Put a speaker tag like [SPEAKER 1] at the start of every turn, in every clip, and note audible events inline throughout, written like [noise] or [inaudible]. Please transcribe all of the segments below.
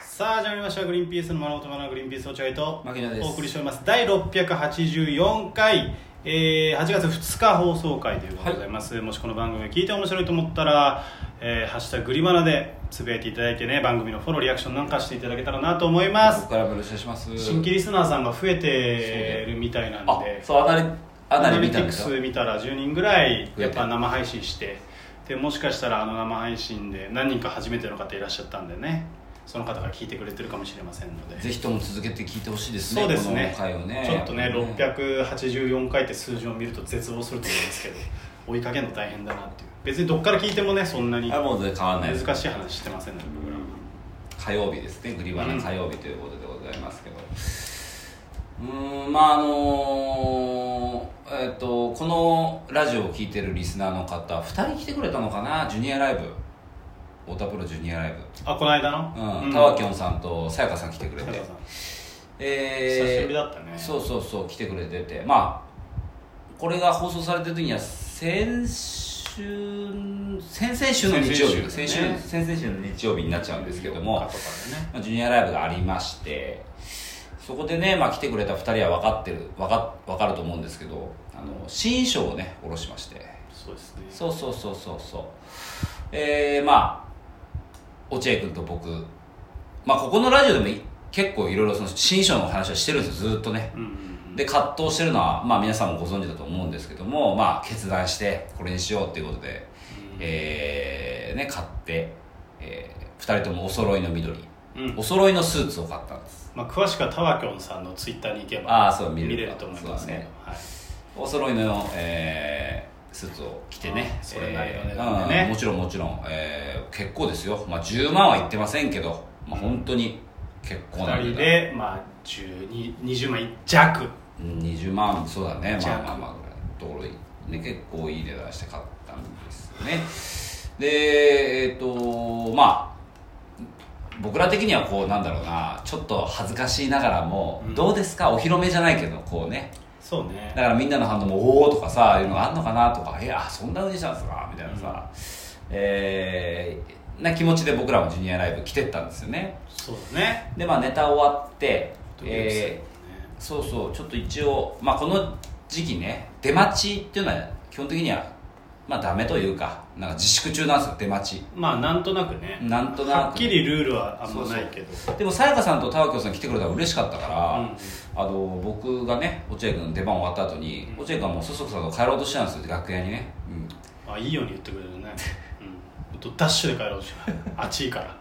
[SPEAKER 1] さあ始まりました「グリーンピースの丸本学グリーンピース落合」と
[SPEAKER 2] 牧野です
[SPEAKER 1] お送りしております第684回、えー、8月2日放送回ということでございます、もしこの番組を聞いて面白いと思ったら「えー、ハッシュタググリマナ」でつぶやいていただいてね番組のフォローリアクションなんかしていただけたらなと思いま
[SPEAKER 2] こ
[SPEAKER 1] す
[SPEAKER 2] こからよろしくお願いします
[SPEAKER 1] 新規リスナーさんが増えてるみたいなん
[SPEAKER 2] あ
[SPEAKER 1] で
[SPEAKER 2] そうアナリアナリ見
[SPEAKER 1] アナリテ
[SPEAKER 2] たん
[SPEAKER 1] ィ
[SPEAKER 2] で
[SPEAKER 1] ク
[SPEAKER 2] す
[SPEAKER 1] ス
[SPEAKER 2] よ
[SPEAKER 1] 見たら10人ぐらいやっぱ生配信してでもしかしたらあの生配信で何人か初めての方いらっしゃったんでねその方が聞いてくれてるかもしれませんので
[SPEAKER 2] ぜひとも続けて聞いてほしいですね
[SPEAKER 1] そうですね
[SPEAKER 2] この回をね
[SPEAKER 1] ちょっとね
[SPEAKER 2] やぱり
[SPEAKER 1] 684回って数字を見ると絶望すると思うんですけ
[SPEAKER 2] [laughs]
[SPEAKER 1] ど追いかけるの大変だなっていう別にどっから聞いてもねそんなに
[SPEAKER 2] あもう変わらないです
[SPEAKER 1] 難しい話してませんね僕らは
[SPEAKER 2] 火曜日ですねグリバナ火曜日ということでございますけどうーんまああのーえっ、とこのラジオを聞いてるリスナーの方2人来てくれたのかなジュニアライブ太田プロジュニアライ
[SPEAKER 1] あこの間
[SPEAKER 2] ブ
[SPEAKER 1] の
[SPEAKER 2] うん、タワキ
[SPEAKER 1] ョ
[SPEAKER 2] ョンさんとさやかさん来てくれてえー
[SPEAKER 1] 久しぶりだったね
[SPEAKER 2] そうそうそう来てくれててまあこれが放送されてる時には先週先々週の日曜日
[SPEAKER 1] 先々
[SPEAKER 2] 先
[SPEAKER 1] 週
[SPEAKER 2] 週
[SPEAKER 1] だね
[SPEAKER 2] 先々週の日曜日になっちゃうんですけども、まあジュニアライブがありましてそこでね、まあ、来てくれた2人は分かってる分か分かると思うんですけどあの新衣装をね下ろしまして
[SPEAKER 1] そうですね
[SPEAKER 2] そうそうそうそうそうえー、まあ落合君と僕まあここのラジオでもい結構いろいろその新書の話をしてるんですよずっとね
[SPEAKER 1] うんうん
[SPEAKER 2] で葛藤してるのはまあ皆さんもご存知だと思うんですけどもまあ決断してこれにしようっていうことで、えーね買って、え2人ともお揃いの緑
[SPEAKER 1] うんうん
[SPEAKER 2] お揃いのスーツを買ったんです
[SPEAKER 1] まあ、詳しくはタワキョンさんのツイッターに行けば
[SPEAKER 2] ああそう見
[SPEAKER 1] 見
[SPEAKER 2] れる
[SPEAKER 1] れると思いますけど、
[SPEAKER 2] そうだね
[SPEAKER 1] はい、
[SPEAKER 2] お揃いの、えースーツを着てね
[SPEAKER 1] それなりの値
[SPEAKER 2] え
[SPEAKER 1] 段でね
[SPEAKER 2] ーうんもちろんもちろん、えー結構ですよ、まあ、10万は言ってませんけど、まあ、本当に結構
[SPEAKER 1] 2
[SPEAKER 2] な値
[SPEAKER 1] 人
[SPEAKER 2] 段
[SPEAKER 1] で、まあ、12 20万弱
[SPEAKER 2] うん20万そうだねまあ
[SPEAKER 1] 弱
[SPEAKER 2] まあまあぐらいのところにね結構いい値段して買ったんですよねでえっ、とまあ僕ら的にはこうなんだろうなちょっと恥ずかしいながらも、
[SPEAKER 1] うん
[SPEAKER 2] どうですかお披露目じゃないけどこうね
[SPEAKER 1] そうね
[SPEAKER 2] だからみんなの反応も「おお」とかさいうのがあんのかなとか「いやそんなふうにしたんですか」みたいなさ、えーな気持ちで僕らもジュニアライブ来てったんですよね
[SPEAKER 1] そうだね
[SPEAKER 2] でまあネタ終わって、
[SPEAKER 1] ドキドキするよ
[SPEAKER 2] え
[SPEAKER 1] ね
[SPEAKER 2] ーそうそうちょっと一応、まあ、この時期ね出待ちっていうのは基本的にはまあダメというかなんか自粛中なんですよ出待ち
[SPEAKER 1] まあなんとなくね
[SPEAKER 2] なんとなく
[SPEAKER 1] はっきりルールはあんまないけど
[SPEAKER 2] でもさやかさんとたわきょうさん来てくれたら嬉しかったから、
[SPEAKER 1] うん
[SPEAKER 2] あの僕がね落合君の出番終わった後に、
[SPEAKER 1] うん
[SPEAKER 2] 落合君はもうそそくさと帰ろうとしてたんですよ楽屋にね、うん、
[SPEAKER 1] あいいように言ってくれるね、うん、とダッシュで帰ろうし暑いから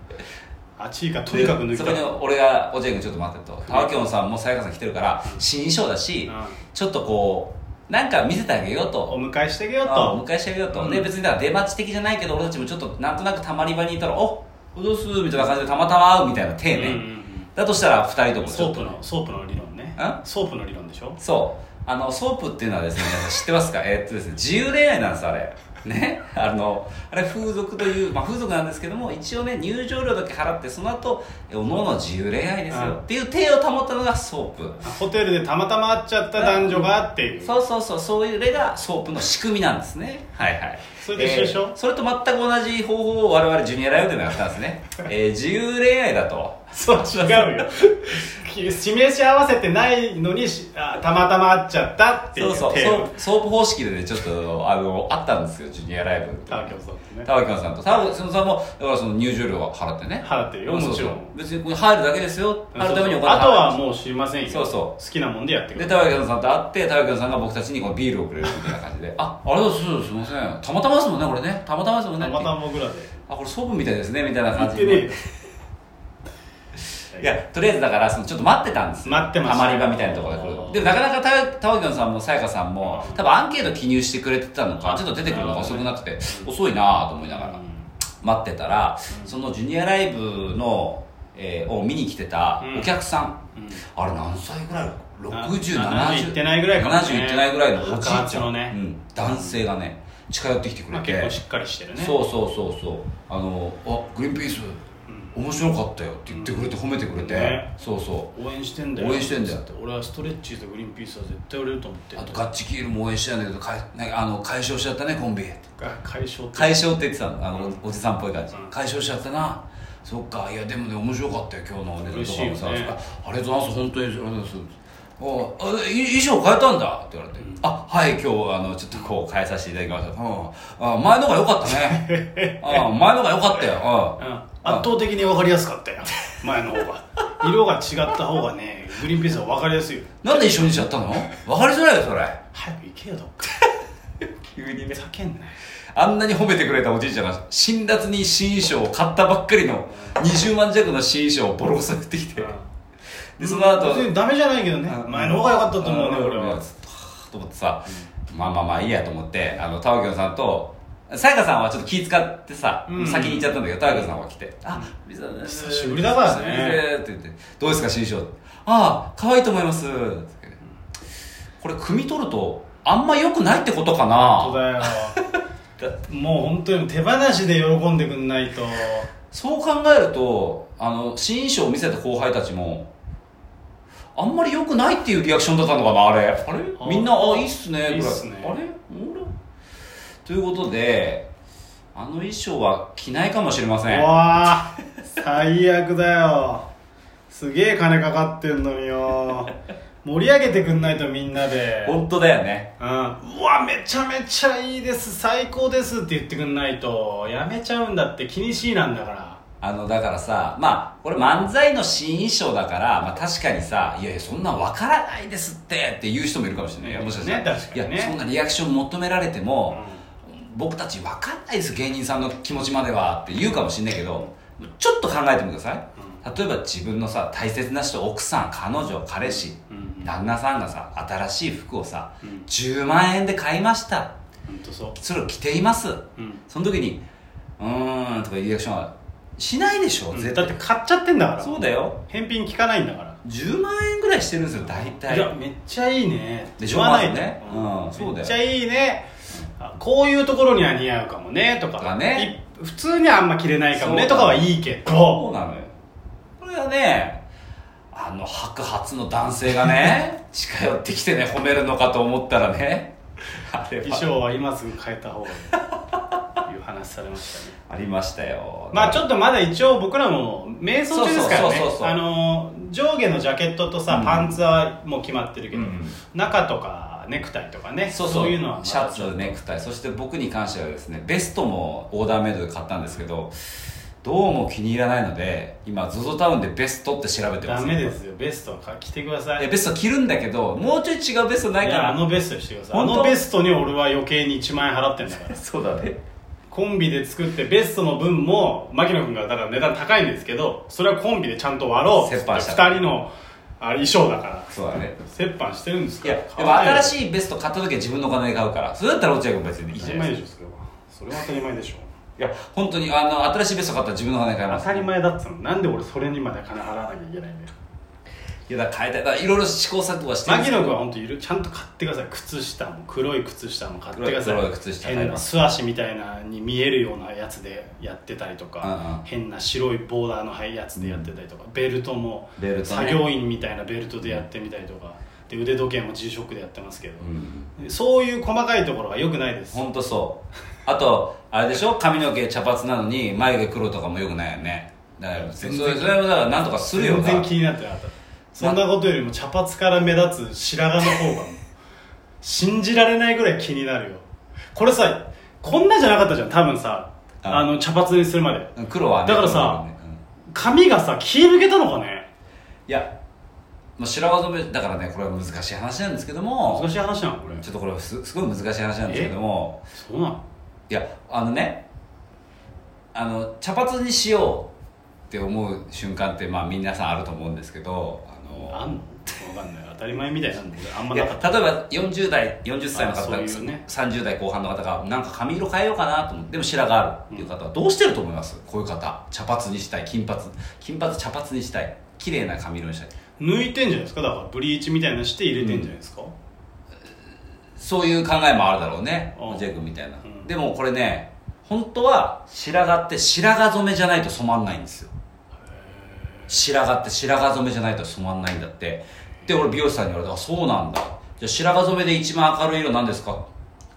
[SPEAKER 1] 暑いからとにかく抜
[SPEAKER 2] で
[SPEAKER 1] き
[SPEAKER 2] そ
[SPEAKER 1] た
[SPEAKER 2] こ
[SPEAKER 1] い
[SPEAKER 2] に俺が落合君ちょっと待ってとたわきょんさんもさやかさん来てるから新衣装だし、
[SPEAKER 1] うん
[SPEAKER 2] ちょっとこうなんか見せてあげよ
[SPEAKER 1] お
[SPEAKER 2] うと
[SPEAKER 1] 迎えしてあげよう
[SPEAKER 2] ああお
[SPEAKER 1] と
[SPEAKER 2] 迎えしてあげようと、
[SPEAKER 1] うん
[SPEAKER 2] で別にだから出待ち的じゃないけど俺たちもちょっとなんとなくたまり場にいたら「おおどうす?」みたいな感じでたまたま会うみたいな手ね、
[SPEAKER 1] うんうんうん
[SPEAKER 2] だとしたら2人ともち
[SPEAKER 1] ソ
[SPEAKER 2] ょ
[SPEAKER 1] ー
[SPEAKER 2] っ
[SPEAKER 1] プ
[SPEAKER 2] と
[SPEAKER 1] のソープの理論ね
[SPEAKER 2] ん
[SPEAKER 1] ソープの理論でしょ
[SPEAKER 2] そうあのソープっていうのはですね知ってますかえーっとですね自由恋愛なんですあれねあのあれ風俗という、まあ、風俗なんですけども一応ね入場料だけ払ってその後えおのおの自由恋愛です
[SPEAKER 1] うん
[SPEAKER 2] よっていう体を保ったのがソープ
[SPEAKER 1] あホテルでたまたま会っちゃった男女がっていう
[SPEAKER 2] [laughs] そうそうそうそういう例がソープの仕組みなんですねはいはい
[SPEAKER 1] それと一緒でしょ
[SPEAKER 2] えーそれと全く同じ方法を我々ジュニアライブでもやったんです
[SPEAKER 1] [laughs]
[SPEAKER 2] ね、えー自由恋愛だと
[SPEAKER 1] そう違うよ示し合わせてないのにしあたまたま会っちゃったっていう
[SPEAKER 2] そうそう
[SPEAKER 1] テ
[SPEAKER 2] ソ
[SPEAKER 1] ーマ
[SPEAKER 2] ープソープ方式でねちょっとあのあったんですよジュニアライブ
[SPEAKER 1] タワキョンさんってね
[SPEAKER 2] 田脇さんと田脇さんもだからその入場料は払ってね
[SPEAKER 1] 払ってるよ
[SPEAKER 2] う
[SPEAKER 1] も
[SPEAKER 2] ん
[SPEAKER 1] ちろん
[SPEAKER 2] そうそう別にこれ入るだけですよ入るためにお金
[SPEAKER 1] あとは
[SPEAKER 2] う
[SPEAKER 1] もう知りませんよ
[SPEAKER 2] そうそ
[SPEAKER 1] 好きなもんでやってく
[SPEAKER 2] で
[SPEAKER 1] れ
[SPEAKER 2] 田脇さんと会って田脇さんが僕たちにこのビールをくれるみたいな感じであありがとうございますすいませんたまたまですもんねこれねたまたまですもんね
[SPEAKER 1] たまた
[SPEAKER 2] って
[SPEAKER 1] ま僕らで
[SPEAKER 2] あこれソープみたいですねみたいな
[SPEAKER 1] 言
[SPEAKER 2] 感
[SPEAKER 1] っ
[SPEAKER 2] じ
[SPEAKER 1] てねえよ
[SPEAKER 2] いやとりあえずだからそのちょっと待ってたんですよ
[SPEAKER 1] 待ってました
[SPEAKER 2] たまり場みたいなところで来るでもなかなか田田脇さんもさやかさんも多分アンケート記入してくれてたのかちょっと出てくるのが遅くなってて遅いなぁと思いながら待ってたら、そのジュニアライブの、えーを見に来てた
[SPEAKER 1] うん
[SPEAKER 2] お客さん、
[SPEAKER 1] うん
[SPEAKER 2] あれ何歳ぐらい
[SPEAKER 1] な
[SPEAKER 2] ?6070
[SPEAKER 1] 70いってないぐらいかもね
[SPEAKER 2] 70いってないぐらいのおじい
[SPEAKER 1] 若
[SPEAKER 2] ち
[SPEAKER 1] 々の
[SPEAKER 2] ゃん、
[SPEAKER 1] ね
[SPEAKER 2] うん、男性がね近寄ってきてく
[SPEAKER 1] ま
[SPEAKER 2] れ
[SPEAKER 1] あ
[SPEAKER 2] て、
[SPEAKER 1] 結構しっかりしてるね
[SPEAKER 2] そうそうそうそうあの「あグリーンピース面白かったよ」って言ってくれて褒めてくれて、
[SPEAKER 1] ね
[SPEAKER 2] そうそう
[SPEAKER 1] 応援してんだよ
[SPEAKER 2] 応援してんだよ
[SPEAKER 1] つって俺はストレッチーズとグリーンピースは絶対売れると思って
[SPEAKER 2] あとガッチキールも応援してたんだけどかいなんかあの解消しちゃったねコンビ
[SPEAKER 1] が解消って
[SPEAKER 2] 解消って言ってたのあのおじさんっぽい感じ、
[SPEAKER 1] うん
[SPEAKER 2] 解消しちゃったなそっかいやでもね面白かったよ今日の俺
[SPEAKER 1] 嬉しいよね
[SPEAKER 2] とかもさあありがとうございます本当にありがとうございますおあい衣装変えたんだって言われて「あはい今日あのちょっとこう変えさせていただきました」うん、あ前のが良かっ
[SPEAKER 1] [laughs]
[SPEAKER 2] たねあ前のが良かったよあ
[SPEAKER 1] うん圧倒的に分かりやすか
[SPEAKER 2] [laughs]
[SPEAKER 1] ったよ前の方が色が違った方がねグリーンピースは分かりやすいよ
[SPEAKER 2] なんで一緒にしちゃったの分かりづらいよそれ
[SPEAKER 1] 早く行けよどっか
[SPEAKER 2] [laughs] 急に
[SPEAKER 1] ふざけんなよ
[SPEAKER 2] あんなに褒めてくれたおじいちゃんが辛辣に新衣装を買ったばっかりの20万弱の新衣装をボロクソに売ってきてでその後
[SPEAKER 1] 別にダメじゃないけどね
[SPEAKER 2] うん
[SPEAKER 1] 前の方が良かったと思うね
[SPEAKER 2] ん
[SPEAKER 1] 俺
[SPEAKER 2] うん
[SPEAKER 1] は
[SPEAKER 2] ずっとはぁと思ってさ、まあまあまあいいやと思ってあのタワキョンさんとさやかさんはちょっと気使ってさ、
[SPEAKER 1] うん
[SPEAKER 2] 先に行っちゃったんだけどタワキョンさんは来て「あビザだ
[SPEAKER 1] 久しぶりだからね
[SPEAKER 2] って言って「どうですか新衣装」ああ可愛いと思います」って言ってこれ汲み取るとあんま良くないってことか
[SPEAKER 1] 本当
[SPEAKER 2] な
[SPEAKER 1] だよもう本当に手放しで喜んでくんないと
[SPEAKER 2] そう考えるとあの新衣装を見せた後輩たちもあんまり良くないっていうリアクションだったのかなあれあれ
[SPEAKER 1] あ
[SPEAKER 2] みんな「あいいっすね」ぐらい
[SPEAKER 1] いいっすね
[SPEAKER 2] あれあれということであの衣装は着ないかもしれませ
[SPEAKER 1] うんわー最悪だよすげえ金かかってんのによ盛り上げてくんないとみんなで
[SPEAKER 2] 本当だよね
[SPEAKER 1] うん、うわめちゃめちゃいいです最高ですって言ってくんないとやめちゃうんだって気にしいなんだから
[SPEAKER 2] あのだからさまあこれ漫才の新衣装だから、まあ、確かにさ「いやいやそんなん分からないですって」って言う人もいるかもしれないよもしかしたら、
[SPEAKER 1] ね確かにね
[SPEAKER 2] いやそんなリアクション求められて
[SPEAKER 1] う
[SPEAKER 2] も、
[SPEAKER 1] ん
[SPEAKER 2] 僕たち分かんないです芸人さんの気持ちまではって言うかもしんないけどちょっと考えてみてください例えば自分のさ大切な人奥さん彼女彼氏
[SPEAKER 1] うん
[SPEAKER 2] 旦那さんがさ新しい服をさ
[SPEAKER 1] うん
[SPEAKER 2] 10万円で買いました
[SPEAKER 1] ほんとそ
[SPEAKER 2] それを着ています
[SPEAKER 1] う、うん
[SPEAKER 2] その時に「うーん」とかいうリアクションはしないでしょ絶
[SPEAKER 1] だ
[SPEAKER 2] 対
[SPEAKER 1] って買っちゃってんだから
[SPEAKER 2] そうだよ
[SPEAKER 1] 返品効かないんだから
[SPEAKER 2] 10万円ぐらいしてるんですよ大体
[SPEAKER 1] いやめっちゃいいね
[SPEAKER 2] でしょ
[SPEAKER 1] 言わないと
[SPEAKER 2] まずねうんそうだよ
[SPEAKER 1] めっちゃいいねあこういうところには似合うかもねとか
[SPEAKER 2] とかね
[SPEAKER 1] い普通にはあんま着れないかもね
[SPEAKER 2] そ
[SPEAKER 1] と
[SPEAKER 2] うだ
[SPEAKER 1] かはいいけ
[SPEAKER 2] そ
[SPEAKER 1] ど
[SPEAKER 2] うなのよこれはねあの白髪の男性が
[SPEAKER 1] [laughs]
[SPEAKER 2] ね近寄ってきてね褒めるのかと思ったらねあれ
[SPEAKER 1] 衣
[SPEAKER 2] は
[SPEAKER 1] 装は今すぐ変えた方が
[SPEAKER 2] [laughs]
[SPEAKER 1] いいいう話されましたね
[SPEAKER 2] ありましたよ
[SPEAKER 1] まあち
[SPEAKER 2] っ
[SPEAKER 1] ょっとまだ一応僕らも瞑想中ですからね
[SPEAKER 2] そうそうそうそう
[SPEAKER 1] あの上下のジャケットとさ、
[SPEAKER 2] うん
[SPEAKER 1] パンツはもう決まってるけど、
[SPEAKER 2] うん
[SPEAKER 1] 中とかネクタイとかねそ
[SPEAKER 2] そ
[SPEAKER 1] うう
[SPEAKER 2] そう
[SPEAKER 1] いうのはまだ
[SPEAKER 2] シャツネクタイそして僕に関してはですねベストもオーダーメイドで買ったんですけどどうも気に入らないので今 ZOZO タウンでベストって調べてま
[SPEAKER 1] ダ
[SPEAKER 2] す
[SPEAKER 1] メですよベストはか着てください
[SPEAKER 2] いやベスト着るんだけどもうちょい違うベストない
[SPEAKER 1] い
[SPEAKER 2] か
[SPEAKER 1] やあ
[SPEAKER 2] な
[SPEAKER 1] のベストにしてくださいあ
[SPEAKER 2] 本当
[SPEAKER 1] のベストに俺は余計に1万円払ってんだ
[SPEAKER 2] [laughs]
[SPEAKER 1] から
[SPEAKER 2] [laughs] そうだね
[SPEAKER 1] コンビで作ってベストの分も牧野君がだから値段高いんですけどそれはコンビでちゃんと割ろう
[SPEAKER 2] 折半した
[SPEAKER 1] 2人のあ衣装だから
[SPEAKER 2] そうだね
[SPEAKER 1] 折半してるんです
[SPEAKER 2] い
[SPEAKER 1] から
[SPEAKER 2] やでも新
[SPEAKER 1] い
[SPEAKER 2] しいベスト買った時は自分のお金で買うからそれだったら落合君別にいい
[SPEAKER 1] 当た
[SPEAKER 2] じゃ
[SPEAKER 1] り
[SPEAKER 2] ない
[SPEAKER 1] 前
[SPEAKER 2] で
[SPEAKER 1] ですし
[SPEAKER 2] か
[SPEAKER 1] ょそれはそれは当たり前でしょ
[SPEAKER 2] いや本当にあの新しいベスト買ったら自分のお金で買いま
[SPEAKER 1] 当
[SPEAKER 2] す
[SPEAKER 1] たり前だったのなんで俺それにまで金払わなきゃいけないんだよ
[SPEAKER 2] いやだから変えたいだからいろいろ試行錯誤はしてるんで
[SPEAKER 1] 牧野
[SPEAKER 2] すけど
[SPEAKER 1] 君は本当いるちゃんと買ってください靴下も黒い靴下も買ってください
[SPEAKER 2] 黒い黒い靴下買い
[SPEAKER 1] 変
[SPEAKER 2] ま
[SPEAKER 1] な
[SPEAKER 2] す
[SPEAKER 1] 素足みたいなに見えるようなやつでやってたりと
[SPEAKER 2] うんうん
[SPEAKER 1] か変な白いボーダーのはいやつでやってたりとかベルトも
[SPEAKER 2] ベルトね
[SPEAKER 1] 作業員みたいなベルトでやってみたりとかで腕時計も G ショックでやってますけど
[SPEAKER 2] うん
[SPEAKER 1] そういう細かいところが良くないです
[SPEAKER 2] 本当そうあとあれでしょ髪の毛茶髪なのに眉毛黒とかもよくないよねだからそ
[SPEAKER 1] 全
[SPEAKER 2] れ
[SPEAKER 1] 然
[SPEAKER 2] それはだからなんとかするよ
[SPEAKER 1] 全
[SPEAKER 2] な
[SPEAKER 1] 然気になってなかったそんなことよりも茶髪から目立つ白髪の方が信じられないぐらい気になるよこれさこんなじゃなかったじゃん多分さ
[SPEAKER 2] あ
[SPEAKER 1] あの茶髪にするまで
[SPEAKER 2] 黒はね
[SPEAKER 1] だからさ
[SPEAKER 2] 黒だねうん
[SPEAKER 1] 髪がさ切り抜けたのかね
[SPEAKER 2] いやまあ白髪染めだからねこれは難しい話なんですけども
[SPEAKER 1] 難しい話なのこれ
[SPEAKER 2] ちょっとこれはすすごい難しい話なんですけども
[SPEAKER 1] そうなの
[SPEAKER 2] いやあのねあの茶髪にしようって思う瞬間ってまあ皆さんあると思うんですけどあ
[SPEAKER 1] あ
[SPEAKER 2] の
[SPEAKER 1] んのわかんない当たり前みたいなんだけどあんま
[SPEAKER 2] い
[SPEAKER 1] な
[SPEAKER 2] や
[SPEAKER 1] かった
[SPEAKER 2] 例えば40代40歳の
[SPEAKER 1] あ
[SPEAKER 2] 方
[SPEAKER 1] そういうね
[SPEAKER 2] 30代後半の方がなんか髪色変えようかなと思ってでも白髪あるっていう方はどうしてると思いますこういう方茶髪にしたい金髪金髪茶髪にしたい綺麗な髪色にしたい
[SPEAKER 1] 抜いてんじゃないですかだからブリーチみたいなのして入れてんじゃないですか、
[SPEAKER 2] そういう考えもあるだろうね
[SPEAKER 1] うん
[SPEAKER 2] ジェイ君みたいな、
[SPEAKER 1] うん
[SPEAKER 2] でもこれね本当は白髪って白髪染めじゃないと染まんないんですよ白髪って白髪染めじゃないと染まんないんだってで俺美容師さんに言われたあそうなんだじゃあ白髪染めで一番明るい色なんですか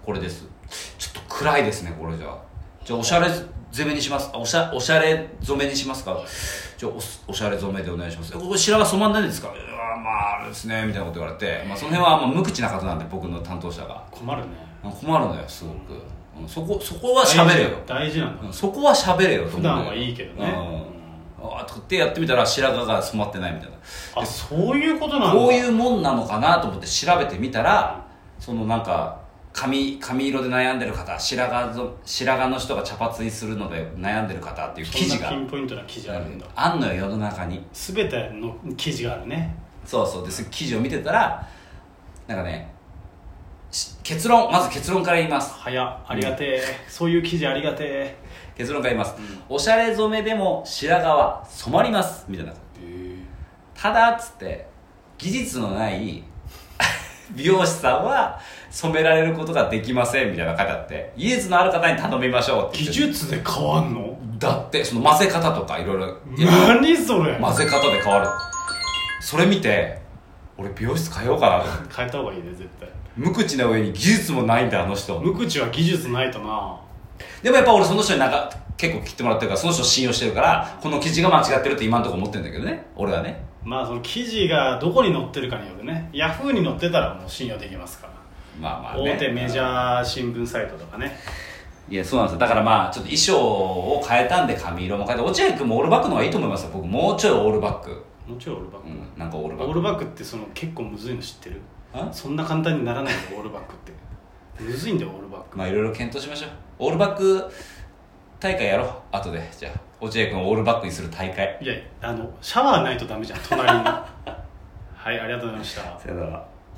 [SPEAKER 2] これですちょっと暗いですねこれじゃあじゃあおしゃれ攻めにしますあおしゃおしゃれ染めにしますかじゃあおすおしゃれ染めでお願いしますえここ白髪染まんないんですかうわまああれですねみたいなこと言われて、まあ、その辺はまあ無口な方なんで僕の担当者が
[SPEAKER 1] 困るね
[SPEAKER 2] あ困るのよすごく、うん、そこそこは喋れよ
[SPEAKER 1] 大事なんだ
[SPEAKER 2] うんそこは喋れよと思う
[SPEAKER 1] 普段はいいけどね
[SPEAKER 2] うんあーとかってやってみたら白髪が染まってないみたいな
[SPEAKER 1] あそういうことなんだ
[SPEAKER 2] こういうもんなのかなと思って調べてみたらそのなんか髪髪色で悩んでる方白髪の白髪の人が茶髪にするので悩んでる方っていう記
[SPEAKER 1] そ
[SPEAKER 2] 事
[SPEAKER 1] んな
[SPEAKER 2] が
[SPEAKER 1] ピンポイントな記事あるんだ
[SPEAKER 2] あんのよ世の中に
[SPEAKER 1] 全ての記事があるね
[SPEAKER 2] そうそうです記事を見てたらなんかねし結論まず結論から言います
[SPEAKER 1] 早っありがてえそういう記事ありがてえ
[SPEAKER 2] 結論から言います、おしゃれ染めでも白髪は染まりますみたいなただっつって技術のない [laughs] 美容師さんは染められることができませんみたいな書いてあって技術のある方に頼みましょうって
[SPEAKER 1] 技
[SPEAKER 2] 言って
[SPEAKER 1] 術で変わんの
[SPEAKER 2] だってその混ぜ方とかいろいろ
[SPEAKER 1] 何それ
[SPEAKER 2] 混ぜ方で変わるそれ見て俺美容室通おうかなと思って
[SPEAKER 1] 変えた方がいいね絶対
[SPEAKER 2] 無口な上に技術もないんだあの人
[SPEAKER 1] 無口は技術ないとな
[SPEAKER 2] でもやっぱ俺その人になんか結構切ってもらってるからその人を信用してるからこの記事が間違ってるって今のところ思ってるんだけどね俺はね
[SPEAKER 1] まあその記事がどこに載ってるかによるねヤフーに載ってたらもう信用できますから、
[SPEAKER 2] まあまあね
[SPEAKER 1] 大手メジャー新聞サイトとかね
[SPEAKER 2] いや、そうなんですよ。だからまあ、ちょっと衣装を変えたんで髪色も変えて、落合君もオールバックの方がいいと思いますよ。僕、もうちょいオールバック。
[SPEAKER 1] もちろんオールバッ
[SPEAKER 2] う
[SPEAKER 1] ク、
[SPEAKER 2] ん、なんかオールバッ
[SPEAKER 1] オー
[SPEAKER 2] ク。
[SPEAKER 1] ルバックってその結構むずいの知ってる
[SPEAKER 2] あ
[SPEAKER 1] そんな簡単にならないのオールバックってむずいんだよオールバック
[SPEAKER 2] まあ、いろいろ検討しましょう。オールバック大会やろう。後で。じゃあ、落合君をオールバックにする大会。
[SPEAKER 1] いやあのシャワーないとダメじゃん隣にはいありがとうございました
[SPEAKER 2] さよなら。